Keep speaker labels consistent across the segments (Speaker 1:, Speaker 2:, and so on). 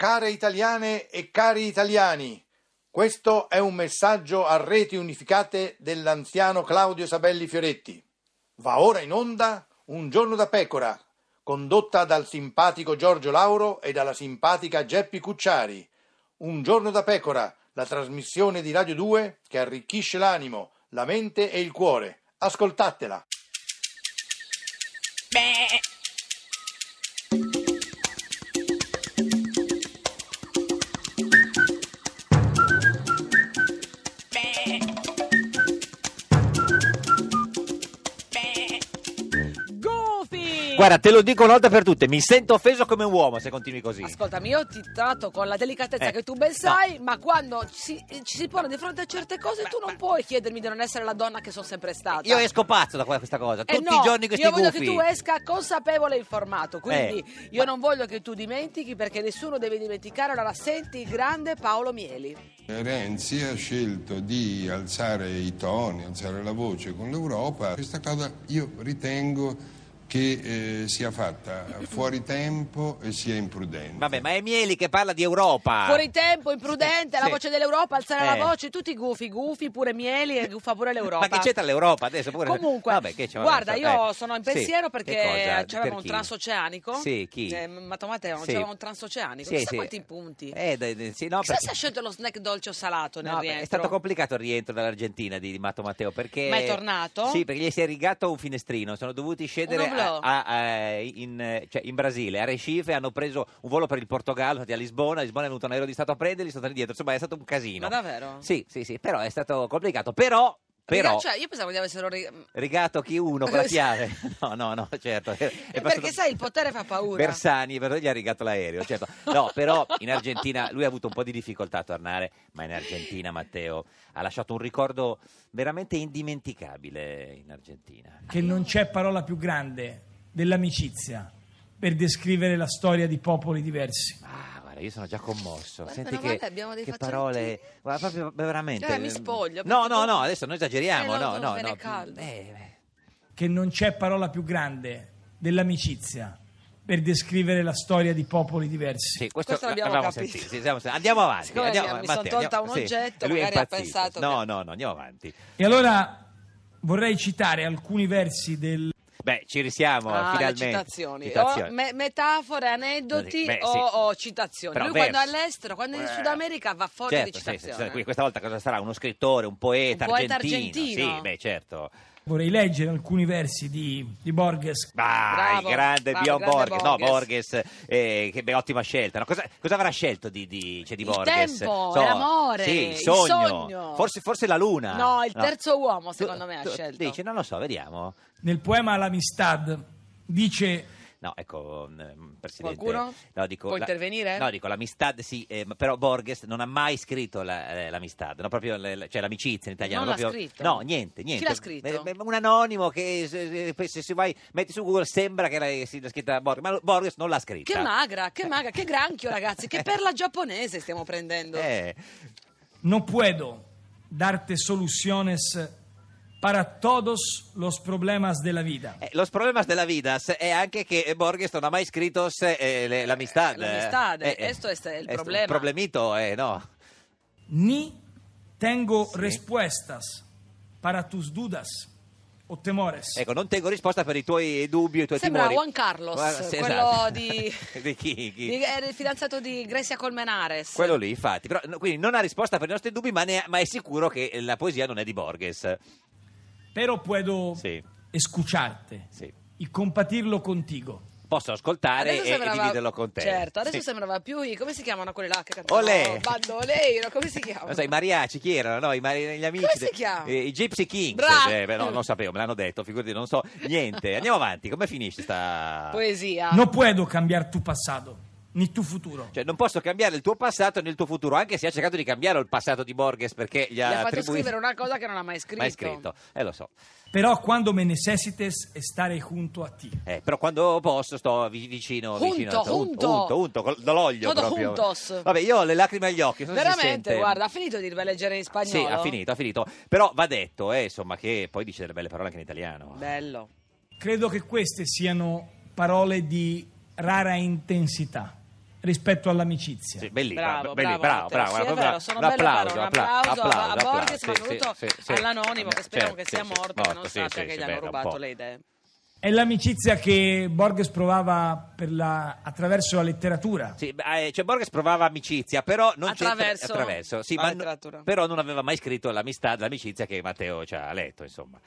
Speaker 1: Care italiane e cari italiani, questo è un messaggio a reti unificate dell'anziano Claudio Sabelli Fioretti. Va ora in onda Un giorno da pecora, condotta dal simpatico Giorgio Lauro e dalla simpatica Geppi Cucciari. Un giorno da pecora, la trasmissione di Radio 2 che arricchisce l'animo, la mente e il cuore. Ascoltatela.
Speaker 2: Goofy!
Speaker 3: Guarda, te lo dico una volta per tutte, mi sento offeso come un uomo se continui così.
Speaker 2: Ascoltami, io ti tratto con la delicatezza
Speaker 3: Eh,
Speaker 2: che tu ben sai, ma quando ci, ci si pone di fronte a certe cose tu non puoi chiedermi di non essere la donna che sono sempre stata.
Speaker 3: Io esco pazzo da qua- questa cosa,
Speaker 2: Eh
Speaker 3: tutti
Speaker 2: no,
Speaker 3: i giorni questi
Speaker 2: Io voglio
Speaker 3: gufi. Eh,
Speaker 2: che tu esca consapevole e informato, quindi io non voglio che tu dimentichi perché nessuno deve dimenticare, allora senti il grande Paolo Mieli.
Speaker 4: Renzi ha scelto di alzare i toni, alzare la voce con l'Europa. Questa cosa io ritengo che eh, sia fatta fuori tempo e sia imprudente.
Speaker 3: Vabbè, ma è Mieli che parla di Europa.
Speaker 2: Fuori tempo, imprudente, la
Speaker 3: Ah. sì.
Speaker 2: voce dell'Europa, alzare
Speaker 3: Eh.
Speaker 2: la voce, tutti gufi, gufi, pure Mieli e gufa pure l'Europa.
Speaker 3: Ma che c'entra l'Europa adesso? Pure...
Speaker 2: Comunque,
Speaker 3: Vabbè, che c'è, vabbè,
Speaker 2: guarda,
Speaker 3: so-
Speaker 2: io
Speaker 3: eh.
Speaker 2: sono in
Speaker 3: Sì,
Speaker 2: pensiero
Speaker 3: che
Speaker 2: perché
Speaker 3: cosa? Per
Speaker 2: c'avevamo un
Speaker 3: chi?
Speaker 2: transoceanico.
Speaker 3: Sì, chi?
Speaker 2: Eh, Matteo Matteo,
Speaker 3: Sì.
Speaker 2: c'avevamo un transoceanico.
Speaker 3: Sì,
Speaker 2: Chissà
Speaker 3: sì.
Speaker 2: quanti punti.
Speaker 3: Eh, dai, dai, sì, no,
Speaker 2: Chissà
Speaker 3: perché-
Speaker 2: se ha scelto lo snack dolce o salato nel
Speaker 3: No, beh,
Speaker 2: rientro.
Speaker 3: è stato complicato il rientro dall'Argentina di, di Matto Matteo perché
Speaker 2: Ma è tornato?
Speaker 3: Sì, perché gli si è rigato un finestrino. Sono dovuti scendere
Speaker 2: Un oblò?
Speaker 3: a- a- a- in, eh, cioè, in Brasile, a Recife. Hanno preso un volo per il Portogallo, sono andati a Lisbona. A Lisbona è venuto un aereo di Stato a prenderli. Sono tornati dietro. Insomma, è stato un casino.
Speaker 2: Ma davvero?
Speaker 3: Sì, sì, sì, però è stato complicato. Però, però
Speaker 2: Cioè, io pensavo di avessero... ri- mm,
Speaker 3: rigato chi uno con la chiave? No, no, no, certo. È passato-
Speaker 2: eh, Perché sai, il potere fa paura.
Speaker 3: Bersani, però gli ha rigato l'aereo, certo. No, però in Argentina lui ha avuto un po' di difficoltà a tornare, ma in Argentina Matteo ha lasciato un ricordo veramente indimenticabile in Argentina.
Speaker 5: che non c'è parola più grande dell'amicizia per descrivere la storia di popoli diversi.
Speaker 3: Ah, guarda, io sono già commosso.
Speaker 2: Guarda,
Speaker 3: Senti
Speaker 2: meno
Speaker 3: che,
Speaker 2: male abbiamo dei
Speaker 3: che
Speaker 2: fazzoletti.
Speaker 3: parole, guarda, proprio veramente.
Speaker 2: Eh, mi spoglio,
Speaker 3: No,
Speaker 2: perché
Speaker 3: no,
Speaker 2: tu-
Speaker 3: no, adesso noi esageriamo,
Speaker 2: Eh, lo
Speaker 3: no,
Speaker 2: so,
Speaker 3: no,
Speaker 2: viene
Speaker 3: no.
Speaker 2: caldo.
Speaker 3: Eh, eh.
Speaker 5: Che non c'è parola più grande dell'amicizia per descrivere la storia di popoli diversi.
Speaker 3: Sì, questo,
Speaker 2: Questo l'abbiamo
Speaker 3: l'avevamo
Speaker 2: capito.
Speaker 3: sentito, sì, siamo- andiamo avanti.
Speaker 2: Siccome
Speaker 3: andiamo,
Speaker 2: mi- mi son
Speaker 3: Matteo,
Speaker 2: tolta
Speaker 3: andiamo-
Speaker 2: un oggetto,
Speaker 3: e lui è
Speaker 2: magari ha
Speaker 3: impazzito.
Speaker 2: pensato che-
Speaker 3: No, no, no, andiamo avanti.
Speaker 5: E allora vorrei citare alcuni versi del
Speaker 3: Beh, ci risiamo
Speaker 2: Ah, le
Speaker 3: finalmente.
Speaker 2: citazioni,
Speaker 3: Citazioni.
Speaker 2: O me- metafore, aneddoti
Speaker 3: Beh, sì.
Speaker 2: o, o citazioni.
Speaker 3: Però
Speaker 2: Lui
Speaker 3: versi.
Speaker 2: quando è all'estero, quando è in Sud America va fuori
Speaker 3: Eh. Certo,
Speaker 2: di
Speaker 3: sì, sì, sì,
Speaker 2: citazione.
Speaker 3: quindi questa volta cosa sarà? Uno scrittore, un poeta,
Speaker 2: Un poeta argentino.
Speaker 3: Sì, beh, certo.
Speaker 5: vorrei leggere alcuni versi di, di Borges.
Speaker 3: Vai,
Speaker 2: Bravo,
Speaker 3: grande
Speaker 2: bravo,
Speaker 3: Bjorn
Speaker 2: grande
Speaker 3: Borges. No,
Speaker 2: Borges.
Speaker 3: Borges, eh, che beh, ottima scelta. no? cosa, cosa avrà scelto di, di, cioè, di
Speaker 2: Il
Speaker 3: Borges?
Speaker 2: tempo, l'amore,
Speaker 3: Sì, il
Speaker 2: il
Speaker 3: sogno.
Speaker 2: sogno.
Speaker 3: Forse, forse la luna.
Speaker 2: No, il terzo uomo, secondo
Speaker 3: Tu-
Speaker 2: me, ha
Speaker 3: tu
Speaker 2: scelto.
Speaker 3: Dici, non lo so, vediamo.
Speaker 5: Nel poema L'amistad dice
Speaker 3: No, ecco, mm, Presidente.
Speaker 2: Qualcuno?
Speaker 3: No, dico,
Speaker 2: Può intervenire?
Speaker 3: No, dico, l'amistad, sì, eh, ma però Borges non ha mai scritto la- eh, l'amistad, no, proprio le- le- cioè l'amicizia in italiano.
Speaker 2: Non l'ha
Speaker 3: proprio-
Speaker 2: scritto?
Speaker 3: No, niente, niente.
Speaker 2: Chi l'ha scritto?
Speaker 3: Eh, eh, un anonimo che se, se- se- se vai, metti su Google sembra che l'ha, sì, l'ha scritta Borges, ma Borges non l'ha scritta.
Speaker 2: Che magra, che magra, che granchio ragazzi, che perla giapponese stiamo prendendo.
Speaker 3: Eh,
Speaker 5: No puedo darte soluciones para todos los problemas de la vida.
Speaker 3: eh, los problemas della vida è anche che Borges non ha mai scritto se, eh, le- l'amistad. Eh,
Speaker 2: l'amistad, questo è il
Speaker 3: un
Speaker 2: problema.
Speaker 3: problemito, eh, no.
Speaker 5: Ni tengo respuestas para tus dudas o temores.
Speaker 3: Ecco, non tengo risposta per i tuoi dubbi e i tuoi
Speaker 2: Sembra
Speaker 3: timori. esatto.
Speaker 2: Juan Carlos, quello di-
Speaker 3: di chi? chi?
Speaker 2: Di- Era il fidanzato di Grecia Colmenares.
Speaker 3: Quello lì, infatti. Però, no, quindi non ha risposta per i nostri dubbi, ma, ne- ma è sicuro che la poesia non è di Borges.
Speaker 5: Pero puedo
Speaker 3: Sì.
Speaker 5: escucharte
Speaker 3: Sì.
Speaker 5: y compartirlo contigo.
Speaker 3: Posso ascoltare e, e dividerlo eh, con te.
Speaker 2: Certo, adesso
Speaker 3: Sì.
Speaker 2: sembrava più i- come si chiamano quelli là che cantano?
Speaker 3: Olè.
Speaker 2: Bandoleiro, come si chiamano?
Speaker 3: Non so, i mariachi chi erano? No? I mari- gli amici
Speaker 2: Come si
Speaker 3: de-
Speaker 2: chiama?
Speaker 3: eh, I Gypsy Kings.
Speaker 2: Bra-
Speaker 3: Eh, beh, no, non sapevo, me l'hanno detto, figurati, non so niente. Andiamo avanti, come finisce sta...
Speaker 2: Poesia.
Speaker 5: No puedo cambiar tu pasado ni tu futuro.
Speaker 3: Cioè, non posso cambiare il tuo passato nel tuo futuro, anche se ha cercato di cambiare il passato di Borges perché gli
Speaker 2: Gli
Speaker 3: ha
Speaker 2: ha fatto
Speaker 3: attribuito...
Speaker 2: scrivere una cosa che non ha mai scritto.
Speaker 3: Mai scritto, eh lo so.
Speaker 5: Pero cuando me necesites estaré junto a ti.
Speaker 3: Eh, però quando posso sto vi- vicino,
Speaker 2: Junto,
Speaker 3: vicino a te.
Speaker 2: junto.
Speaker 3: unto, unto, col- dall'olio
Speaker 2: Todo
Speaker 3: proprio.
Speaker 2: juntos.
Speaker 3: Vabbè, io ho le lacrime agli occhi. non so se si
Speaker 2: Veramente,
Speaker 3: sente.
Speaker 2: guarda, ha finito di leggere in spagnolo.
Speaker 3: Sì, ha finito, ha finito. Però va detto, eh, insomma, che poi dice delle belle parole anche in italiano.
Speaker 2: Bello.
Speaker 5: Credo che queste siano parole di rara intensità, rispetto all'amicizia.
Speaker 3: Sì, bellissimo,
Speaker 2: Bravo,
Speaker 3: belli-
Speaker 2: bravo, Matteo.
Speaker 3: bravo, bravo,
Speaker 2: Sì, è
Speaker 3: bravo,
Speaker 2: vero, sono
Speaker 3: un
Speaker 2: belle
Speaker 3: applauso,
Speaker 2: parole, un
Speaker 3: appla-
Speaker 2: applauso a- a Borges,
Speaker 3: applauso,
Speaker 2: ma
Speaker 3: applauso,
Speaker 2: soprattutto
Speaker 3: sì, sì, sì.
Speaker 2: all'anonimo, che speriamo che sia
Speaker 3: sì,
Speaker 2: morto, che non
Speaker 3: sì,
Speaker 2: sappia
Speaker 3: sì,
Speaker 2: che
Speaker 3: sì,
Speaker 2: gli hanno
Speaker 3: beh, un
Speaker 2: rubato
Speaker 3: po'.
Speaker 2: le idee.
Speaker 5: È l'amicizia che Borges provava per la- attraverso la letteratura.
Speaker 3: Sì, beh, eh, cioè Borges provava amicizia, però non c'entra-
Speaker 2: Attraverso
Speaker 3: attraverso, sì,
Speaker 2: la
Speaker 3: ma no-
Speaker 2: letteratura.
Speaker 3: però non aveva mai scritto l'amistà, l'amicizia che Matteo ci ha letto, insomma.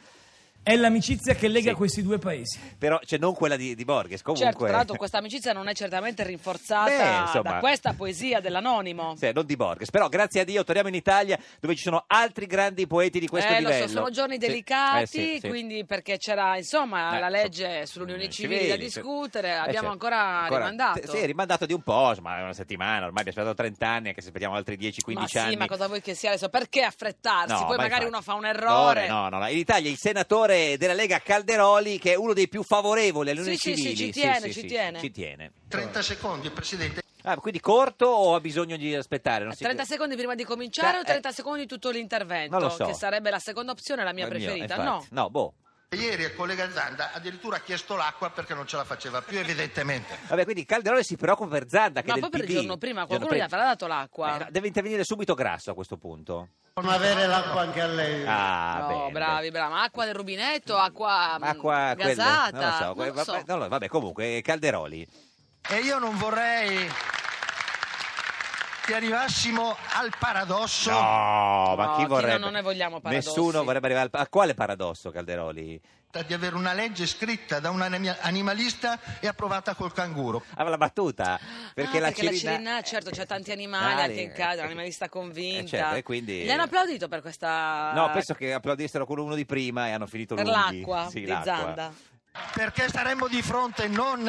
Speaker 5: È l'amicizia che lega
Speaker 3: Sì.
Speaker 5: questi due paesi.
Speaker 3: Però cioè, non quella di, di Borges, comunque.
Speaker 2: Certo, tra l'altro questa amicizia non è certamente
Speaker 3: Beh,
Speaker 2: rinforzata
Speaker 3: insomma.
Speaker 2: da questa poesia dell'anonimo.
Speaker 3: Sì, non di Borges, però grazie a Dio torniamo in Italia dove ci sono altri grandi poeti di questo
Speaker 2: eh, lo
Speaker 3: livello.
Speaker 2: so, sono giorni
Speaker 3: Sì.
Speaker 2: delicati,
Speaker 3: Eh, sì, sì.
Speaker 2: quindi perché c'era insomma
Speaker 3: Eh,
Speaker 2: la
Speaker 3: so-
Speaker 2: legge sulle unioni civili da
Speaker 3: civili, sì.
Speaker 2: discutere,
Speaker 3: Eh,
Speaker 2: abbiamo
Speaker 3: certo.
Speaker 2: ancora, rimandato.
Speaker 3: Sì, rimandato di un po', ma una settimana, ormai abbiamo aspettato 30 anni, anche se aspettiamo altri 10-15
Speaker 2: ma sì,
Speaker 3: anni.
Speaker 2: ma cosa vuoi che sia adesso? Perché affrettarsi?
Speaker 3: No,
Speaker 2: Poi
Speaker 3: ma
Speaker 2: magari
Speaker 3: infatti-
Speaker 2: uno fa un errore.
Speaker 3: No, no, no. In Italia il senatore della Lega Calderoli, che è uno dei più favorevoli
Speaker 2: Sì,
Speaker 3: alle unioni
Speaker 2: sì, sì,
Speaker 3: civili.
Speaker 2: ci tiene, ci tiene.
Speaker 3: ci tiene.
Speaker 6: 30 secondi, Presidente.
Speaker 3: Ah, quindi corto o ha bisogno di aspettare? Non si-
Speaker 2: 30 secondi prima di cominciare
Speaker 3: Beh,
Speaker 2: o 30
Speaker 3: eh,
Speaker 2: secondi tutto l'intervento?
Speaker 3: non lo so.
Speaker 2: Che sarebbe la seconda opzione, la mia
Speaker 3: Mio,
Speaker 2: preferita. no.
Speaker 3: infatti. No, boh.
Speaker 6: Ieri il collega Zanda addirittura ha chiesto l'acqua perché non ce la faceva più, evidentemente.
Speaker 3: Vabbè, quindi Calderoli si preoccupa per Zanda che
Speaker 2: Ma
Speaker 3: è
Speaker 2: poi
Speaker 3: del
Speaker 2: per il
Speaker 3: PD.
Speaker 2: giorno prima qualcuno
Speaker 3: Giorno
Speaker 2: gli avrà dato l'acqua.
Speaker 3: Eh, no, deve intervenire subito Grasso a questo punto.
Speaker 7: Non avere l'acqua anche a lei.
Speaker 3: Ah,
Speaker 2: no,
Speaker 3: bene.
Speaker 2: bravi, bravi. Ma Acqua del rubinetto, acqua, mh,
Speaker 3: Ma qua quelle-
Speaker 2: gasata.
Speaker 3: non lo so,
Speaker 2: non
Speaker 3: que-
Speaker 2: lo so.
Speaker 3: vabbè, non lo- vabbè, comunque Calderoli.
Speaker 6: E io non vorrei che arrivassimo al paradosso.
Speaker 3: No, ma
Speaker 2: No,
Speaker 3: chi
Speaker 2: chi
Speaker 3: vorrebbe?
Speaker 2: non- non ne vogliamo paradossi.
Speaker 3: Nessuno vorrebbe arrivare al... A quale paradosso Calderoli?
Speaker 6: di avere una legge scritta da un anim- animalista e approvata col canguro.
Speaker 3: Aveva la battuta. Perché,
Speaker 2: Ah,
Speaker 3: la,
Speaker 2: perché la
Speaker 3: Cirinà-
Speaker 2: Cirinà, certo, c'è tanti animali
Speaker 3: Animali,
Speaker 2: anche in casa,
Speaker 3: eh,
Speaker 2: un animalista convinta.
Speaker 3: eh, certo, e quindi-
Speaker 2: Gli hanno applaudito per questa...
Speaker 3: No, penso che applaudissero con uno di prima e hanno finito
Speaker 2: Per
Speaker 3: lunghi.
Speaker 2: l'acqua
Speaker 3: Sì,
Speaker 2: di
Speaker 3: l'acqua.
Speaker 2: Zanda.
Speaker 6: Perché saremmo di fronte non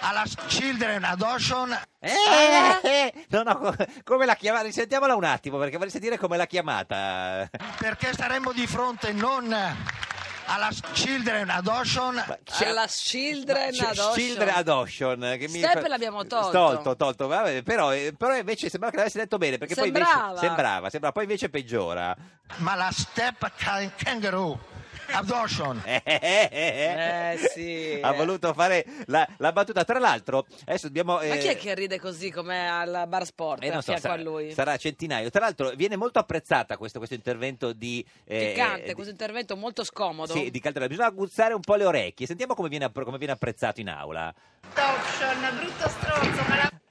Speaker 6: alla Children Adoption,
Speaker 3: Eh, eh, no, no, co- come la chiamata? Risentiamola un attimo perché vorrei sentire come l'ha chiamata.
Speaker 6: perché saremmo di fronte non alla Children Adoption,
Speaker 3: Ma chi-
Speaker 2: Alla
Speaker 3: Ma-
Speaker 2: Children
Speaker 3: Ch-
Speaker 2: Adoption.
Speaker 3: Children Adoption, eh, che mi
Speaker 2: Step
Speaker 3: fa-
Speaker 2: l'abbiamo tolto.
Speaker 3: Tolto, tolto, vabbè, però, eh, però invece sembrava che l'avessi detto bene perché poi
Speaker 2: Sembrava.
Speaker 3: invece sembrava, sembrava, poi invece peggiora.
Speaker 6: ma la Step can- Kangaroo Adoption.
Speaker 3: Eh, eh, eh, eh.
Speaker 2: Eh, sì.
Speaker 3: Ha voluto fare la, la battuta. Tra l'altro, adesso dobbiamo.
Speaker 2: Ma
Speaker 3: eh,
Speaker 2: chi è che ride così come al bar sport
Speaker 3: Eh, non
Speaker 2: a
Speaker 3: so,
Speaker 2: fianco
Speaker 3: sarà,
Speaker 2: a lui?
Speaker 3: sarà centinaio. Tra l'altro, viene molto apprezzata questo, questo intervento di. eh,
Speaker 2: Piccante,
Speaker 3: eh,
Speaker 2: questo intervento molto scomodo.
Speaker 3: Sì, di Calderoli. Bisogna aguzzare un po' le orecchie. Sentiamo come viene, appro- come viene apprezzato in aula.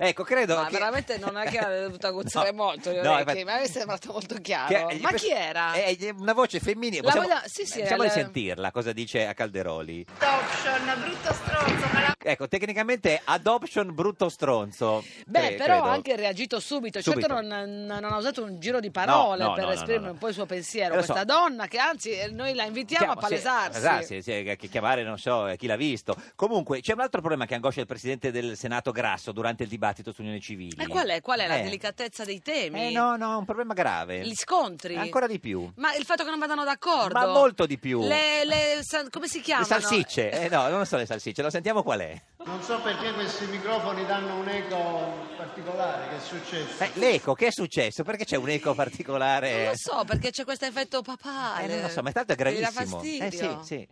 Speaker 3: Ecco, credo
Speaker 2: Ma
Speaker 3: che-
Speaker 2: veramente non è che avrebbe dovuto aguzzare
Speaker 3: No,
Speaker 2: molto le
Speaker 3: no,
Speaker 2: orecchie,
Speaker 3: infatti-
Speaker 2: ma mi è sembrato molto
Speaker 3: che-
Speaker 2: chiaro.
Speaker 3: gli
Speaker 2: ma
Speaker 3: pres-
Speaker 2: chi era?
Speaker 3: Eh, gli- una voce femminile.
Speaker 2: La
Speaker 3: Possiamo,
Speaker 2: voglio- sì, sì,
Speaker 3: possiamo
Speaker 2: la-
Speaker 3: risentirla cosa dice a Calderoli.
Speaker 8: Adoption, brutto stronzo, me la...
Speaker 3: Ecco, tecnicamente è adoption brutto stronzo.
Speaker 2: Beh,
Speaker 3: Cre-
Speaker 2: però
Speaker 3: credo.
Speaker 2: ha anche reagito subito.
Speaker 3: Subito.
Speaker 2: Certo, non, non ha usato un giro di parole
Speaker 3: No, no,
Speaker 2: per
Speaker 3: no, no,
Speaker 2: esprimere
Speaker 3: no, no.
Speaker 2: un po' il suo pensiero.
Speaker 3: Eh, lo so.
Speaker 2: Questa donna che anzi eh, noi la invitiamo a
Speaker 3: Chiamo- sì,
Speaker 2: palesarsi.
Speaker 3: palesarsi, sì, che- che chiamare non so eh, chi l'ha visto. Comunque c'è un altro problema che angoscia il presidente del Senato Grasso durante il dibattito su Unione Civile.
Speaker 2: E qual è, qual è la
Speaker 3: Eh.
Speaker 2: delicatezza dei temi?
Speaker 3: Eh, no, no, un problema grave.
Speaker 2: Gli scontri?
Speaker 3: Ancora di più.
Speaker 2: Ma il fatto che non vadano d'accordo?
Speaker 3: Ma molto di più.
Speaker 2: Le, le sa- come si
Speaker 3: Le
Speaker 2: chiamano?
Speaker 3: salsicce, eh, no, non so le salsicce, lo sentiamo qual è.
Speaker 7: Non so perché questi microfoni danno un eco particolare, che è successo?
Speaker 3: Eh, l'eco, che è successo? Perché c'è un eco particolare?
Speaker 2: Non lo so, perché c'è questo effetto
Speaker 3: Eh,
Speaker 2: papale.
Speaker 3: non lo so, ma tanto è
Speaker 2: Che gli dà
Speaker 3: gravissimo. Eh, sì,
Speaker 2: fastidio.
Speaker 3: sì.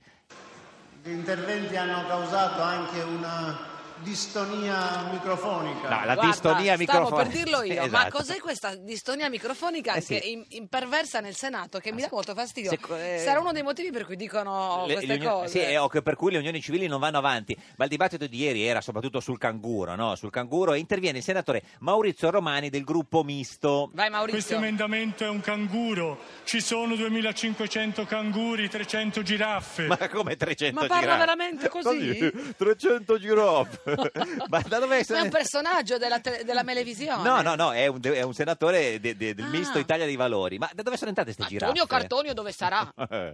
Speaker 7: Gli interventi hanno causato anche una distonia
Speaker 3: No,
Speaker 7: microfonica.
Speaker 3: la
Speaker 2: Guarda,
Speaker 3: distonia
Speaker 2: stavo
Speaker 3: microfonica.
Speaker 2: per dirlo io,
Speaker 3: Sì,
Speaker 2: ma
Speaker 3: esatto.
Speaker 2: cos'è questa distonia microfonica
Speaker 3: Eh sì.
Speaker 2: che im- imperversa nel Senato che mi dà molto fastidio?
Speaker 3: se co- eh,
Speaker 2: Sarà uno dei motivi per cui dicono
Speaker 3: Le-
Speaker 2: Oh, queste
Speaker 3: le unioni-
Speaker 2: cose.
Speaker 3: sì, eh, o che- per cui le unioni civili non vanno avanti. Ma il dibattito di ieri era soprattutto sul canguro, no? Sul canguro e interviene il senatore Maurizio Romani del gruppo misto.
Speaker 2: Vai
Speaker 9: Questo
Speaker 2: Maurizio.
Speaker 9: emendamento è un canguro, ci sono 2500 canguri, 300 giraffe.
Speaker 3: Ma come 300
Speaker 2: Ma parla
Speaker 3: giraffe?
Speaker 2: veramente così?
Speaker 3: 300 giraffe. Ma da dove
Speaker 2: Ma è un personaggio della, tele- della televisione.
Speaker 3: No, no, no, è un, è un senatore de- de- del
Speaker 2: Ah.
Speaker 3: misto Italia dei Valori. Ma da dove sono entrate queste giraffe?
Speaker 2: Antonio Cartonio dove sarà?
Speaker 3: Eh.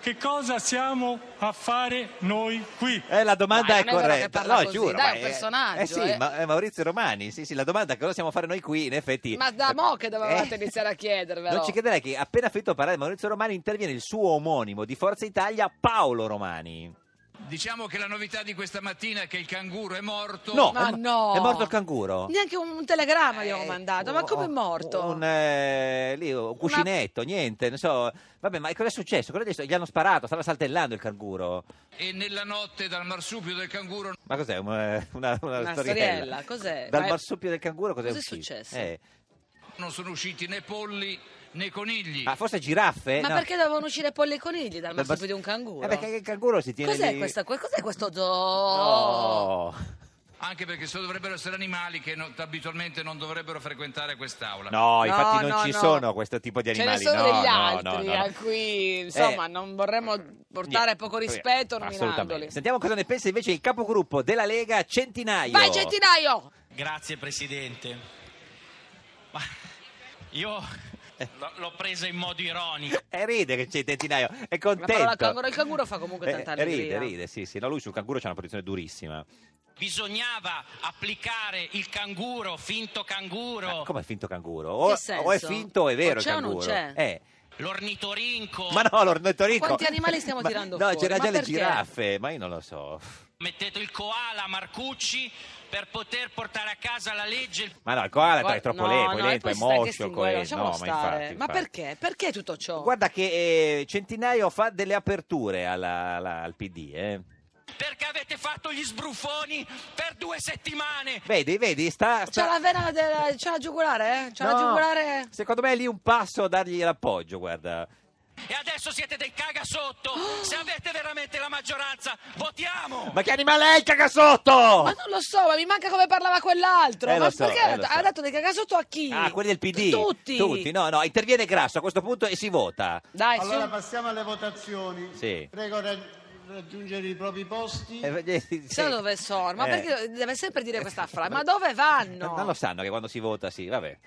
Speaker 9: Che cosa siamo a fare noi qui?
Speaker 3: Eh, la domanda
Speaker 2: Dai,
Speaker 3: è
Speaker 2: non è vero che
Speaker 3: corretta.
Speaker 2: parla
Speaker 3: no,
Speaker 2: così,
Speaker 3: giuro.
Speaker 2: dai,
Speaker 3: ma
Speaker 2: è un personaggio,
Speaker 3: Eh sì,
Speaker 2: eh.
Speaker 3: ma è Maurizio Romani. Sì, sì, la domanda è cosa siamo a fare noi qui, in effetti.
Speaker 2: Ma da mo' che dovevate
Speaker 3: Eh.
Speaker 2: iniziare a chiedervelo.
Speaker 3: Non ci crederai che appena finito di parlare Maurizio Romani interviene il suo omonimo di Forza Italia, Paolo Romani.
Speaker 10: Diciamo che la novità di questa mattina è che il canguro è morto.
Speaker 3: No,
Speaker 2: Ma
Speaker 3: è, mo-
Speaker 2: no.
Speaker 3: è morto il canguro. Eh,
Speaker 2: Neanche un, un telegramma gli ho mandato, ma come è morto?
Speaker 3: Un, eh, lì, un cuscinetto, niente, non so. Vabbè, ma cosa è successo? Cosa è adesso? Gli hanno sparato, stava saltellando il canguro.
Speaker 10: E nella notte dal marsupio del canguro
Speaker 3: Ma cos'è? un- eh, una, una
Speaker 2: Una
Speaker 3: storiella?
Speaker 2: storiella, cos'è?
Speaker 3: Dal
Speaker 2: Ma è-
Speaker 3: marsupio del canguro cos'è,
Speaker 2: Cos'è
Speaker 3: uscito?
Speaker 2: successo?
Speaker 3: Eh.
Speaker 10: non sono usciti né polli né conigli.
Speaker 3: Ah, forse giraffe?
Speaker 2: ma
Speaker 3: No.
Speaker 2: perché devono uscire polli e conigli dal
Speaker 3: Dal
Speaker 2: massimo
Speaker 3: bas-
Speaker 2: di un canguro?
Speaker 3: Eh, perché il canguro si tiene
Speaker 2: cos'è,
Speaker 3: lì-
Speaker 2: questa, que- cos'è questo zoo?
Speaker 3: No.
Speaker 10: Anche perché so- dovrebbero essere animali che non- abitualmente non dovrebbero frequentare quest'aula.
Speaker 3: No, infatti
Speaker 2: No,
Speaker 3: non
Speaker 2: no,
Speaker 3: ci
Speaker 2: no.
Speaker 3: sono questo tipo di
Speaker 2: Ce ne
Speaker 3: animali.
Speaker 2: sono
Speaker 3: no,
Speaker 2: degli
Speaker 3: no,
Speaker 2: altri
Speaker 3: no, no, no.
Speaker 2: a cui insomma non vorremmo portare
Speaker 3: Niente,
Speaker 2: poco
Speaker 3: vabbè,
Speaker 2: rispetto nominandoli.
Speaker 3: Assolutamente. Sentiamo cosa ne pensa invece il capogruppo della Lega Centinaio.
Speaker 2: Vai Centinaio!
Speaker 11: Grazie Presidente. Ma io l'ho- l'ho presa in modo ironico.
Speaker 3: E Eh, ride che c'è Centinaio, è
Speaker 2: La
Speaker 3: contento.
Speaker 2: parola canguro, il canguro fa comunque
Speaker 3: Eh,
Speaker 2: tanta
Speaker 3: ride,
Speaker 2: allegria.
Speaker 3: ride, sì, sì. No, lui sul canguro c'ha una posizione durissima.
Speaker 11: Bisognava applicare il canguro, finto canguro,
Speaker 3: Come è finto canguro? O,
Speaker 11: Che senso?
Speaker 3: o è finto o è vero
Speaker 11: O
Speaker 3: il
Speaker 11: c'è o non
Speaker 3: canguro.
Speaker 11: c'è?
Speaker 3: Eh.
Speaker 11: l'ornitorinco.
Speaker 3: Ma no, l'ornotorinco.
Speaker 11: Quanti animali stiamo
Speaker 3: Ma-
Speaker 11: tirando
Speaker 3: no,
Speaker 11: fuori?
Speaker 3: c'era
Speaker 11: Ma
Speaker 3: già le
Speaker 11: perché?
Speaker 3: giraffe, ma io non lo so.
Speaker 11: Mettete il koala Marcucci per poter portare a casa la legge. il-
Speaker 3: Ma no, il koala
Speaker 11: Guarda-
Speaker 3: è troppo
Speaker 11: no,
Speaker 3: lento,
Speaker 11: no,
Speaker 3: è
Speaker 11: e
Speaker 3: lento,
Speaker 11: poi
Speaker 3: è
Speaker 11: si sta anche
Speaker 3: moscio.
Speaker 11: stinguendo,
Speaker 3: quello.
Speaker 11: lasciamolo
Speaker 3: No, ma infatti,
Speaker 2: Ma
Speaker 3: infatti.
Speaker 2: perché? Perché tutto ciò?
Speaker 3: Guarda che eh, Centinaio fa delle aperture alla- alla- al PD, eh.
Speaker 11: Perché avete fatto gli sbruffoni per due settimane.
Speaker 3: Vedi, vedi, sta...
Speaker 2: C'ha
Speaker 3: sta...
Speaker 2: la vena della... c'ha la giugolare, eh? C'ha la
Speaker 3: No,
Speaker 2: giugolare...
Speaker 3: Secondo me è lì un passo a dargli l'appoggio, guarda.
Speaker 11: E adesso siete dei cagasotto. Se avete veramente la maggioranza, votiamo.
Speaker 3: Ma che animale è il cagasotto?
Speaker 2: Ma non lo so, ma mi manca come parlava quell'altro.
Speaker 3: Eh,
Speaker 2: ma
Speaker 3: lo so,
Speaker 2: perché
Speaker 3: eh, lo so.
Speaker 2: ha dato dei cagasotto a chi?
Speaker 3: Ah, quelli del PD.
Speaker 2: Tutti.
Speaker 3: Tutti, no, no, interviene Grasso a questo punto e si vota.
Speaker 2: Dai,
Speaker 7: allora
Speaker 2: su.
Speaker 7: passiamo alle votazioni.
Speaker 3: Sì.
Speaker 7: Prego rag- raggiungere i propri posti.
Speaker 3: Eh, eh, sì, sì.
Speaker 2: Sa dove sono? Ma
Speaker 3: Eh.
Speaker 2: perché deve sempre dire questa frase? Ma dove vanno?
Speaker 3: Non lo sanno che quando si vota, sì, vabbè.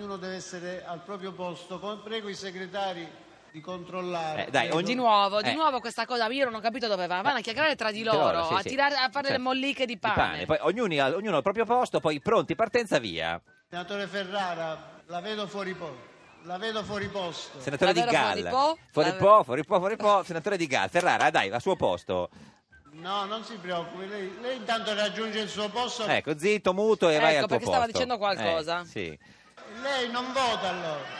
Speaker 7: Ognuno deve essere al proprio posto. Con- Prego i segretari di controllare.
Speaker 3: Eh, dai,
Speaker 7: Prego.
Speaker 3: ogni-
Speaker 2: Di nuovo,
Speaker 3: Eh.
Speaker 2: di nuovo questa cosa, io non ho capito dove va. Vanno a chiacchierare tra di
Speaker 3: Tra
Speaker 2: loro,
Speaker 3: loro, sì,
Speaker 2: a,
Speaker 3: sì.
Speaker 2: tirare, a fare le
Speaker 3: Certo.
Speaker 2: molliche di
Speaker 3: Di
Speaker 2: pane.
Speaker 3: pane. Poi ognuno, al- ognuno al proprio posto, poi pronti, partenza, via.
Speaker 7: Senatore Ferrara, la vedo fuori posto. La vedo fuori posto.
Speaker 3: Senatore di
Speaker 7: Davvero
Speaker 3: Gall.
Speaker 7: fuori po'?
Speaker 3: Fuori
Speaker 7: Davvero-
Speaker 3: po', fuori po', fuori po'. Senatore di Gall. Ferrara, dai, al suo posto.
Speaker 7: No, non si preoccupi, lei, lei intanto raggiunge il suo posto.
Speaker 3: Ecco, zitto, muto e
Speaker 7: Ecco,
Speaker 3: vai al tuo
Speaker 7: perché
Speaker 3: posto.
Speaker 7: stava dicendo qualcosa.
Speaker 3: Eh, sì.
Speaker 7: Lei non vota allora.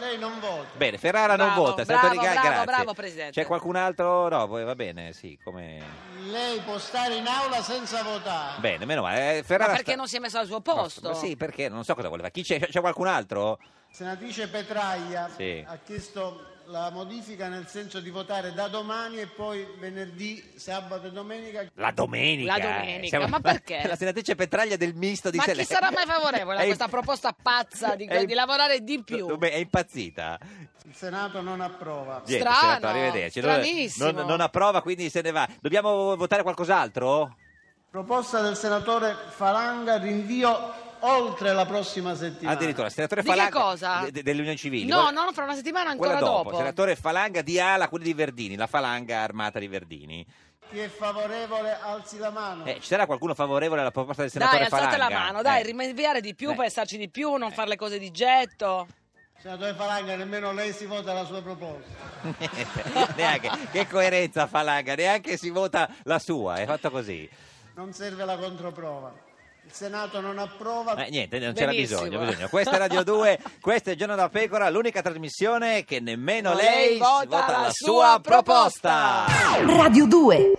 Speaker 7: Lei non vota.
Speaker 3: Bene, Ferrara non
Speaker 7: Bravo,
Speaker 3: vota. Senatore
Speaker 7: bravo,
Speaker 3: di Gall,
Speaker 7: bravo,
Speaker 3: grazie.
Speaker 7: bravo, Presidente.
Speaker 3: C'è qualcun altro? No, va bene, sì, come...
Speaker 7: Lei può stare in aula senza votare.
Speaker 3: Bene, meno male. Eh,
Speaker 2: Ma
Speaker 3: Ferrara
Speaker 2: perché
Speaker 3: sta-
Speaker 2: non si è messo al suo
Speaker 3: Ma-
Speaker 2: posto?
Speaker 3: ma sì, perché non so cosa voleva. Chi c'è? C'è qualcun altro?
Speaker 7: Senatrice Petraia
Speaker 3: Sì.
Speaker 7: ha chiesto la modifica nel senso di votare da domani e poi venerdì, sabato e domenica.
Speaker 3: La domenica.
Speaker 2: La domenica,
Speaker 3: eh.
Speaker 2: ma perché?
Speaker 3: La senatrice Petraglia del misto di
Speaker 2: Ma chi
Speaker 3: Selene.
Speaker 2: sarà mai favorevole a
Speaker 3: È
Speaker 2: questa proposta pazza di,
Speaker 3: è-
Speaker 2: di lavorare di più?
Speaker 3: Beh, È impazzita.
Speaker 7: Il Senato non approva.
Speaker 3: Niente,
Speaker 2: Strano,
Speaker 3: senatore, arrivederci. Allora,
Speaker 7: stranissimo.
Speaker 3: Non, non approva, quindi se ne va. Dobbiamo votare qualcos'altro?
Speaker 7: Proposta del senatore Falanga, rinvio oltre la prossima settimana.
Speaker 3: Addirittura, senatore
Speaker 2: Di che
Speaker 3: Falanga
Speaker 2: cosa?
Speaker 3: de- de- dell'Unione Civile.
Speaker 2: No,
Speaker 3: Quella-
Speaker 2: no, fra una settimana
Speaker 3: quella
Speaker 2: ancora dopo.
Speaker 3: Senatore Falanga di ala, quelli di Verdini, la falanga armata di Verdini.
Speaker 7: Chi è favorevole alzi la mano.
Speaker 3: Eh, ci sarà qualcuno favorevole alla proposta del senatore
Speaker 2: Dai, alzate
Speaker 3: Falanga?
Speaker 2: la mano, dai,
Speaker 3: Eh.
Speaker 2: rinviare di più,
Speaker 3: Eh.
Speaker 2: pensarci di più, non fare le cose di getto.
Speaker 7: Senatore Falanga, nemmeno lei si vota la sua proposta.
Speaker 3: neanche, che coerenza Falanga, neanche si vota la sua, è fatto così.
Speaker 7: Non serve la controprova. Il Senato non approva.
Speaker 3: Eh, niente, non c'era
Speaker 7: Benissimo.
Speaker 3: bisogno, bisogno. Questa è Radio 2, questo è Giorno da Pecora, l'unica trasmissione che nemmeno
Speaker 2: No,
Speaker 3: lei,
Speaker 2: lei
Speaker 3: si
Speaker 2: vota
Speaker 3: vota
Speaker 2: la
Speaker 3: la
Speaker 2: sua
Speaker 3: sua proposta.
Speaker 12: Radio 2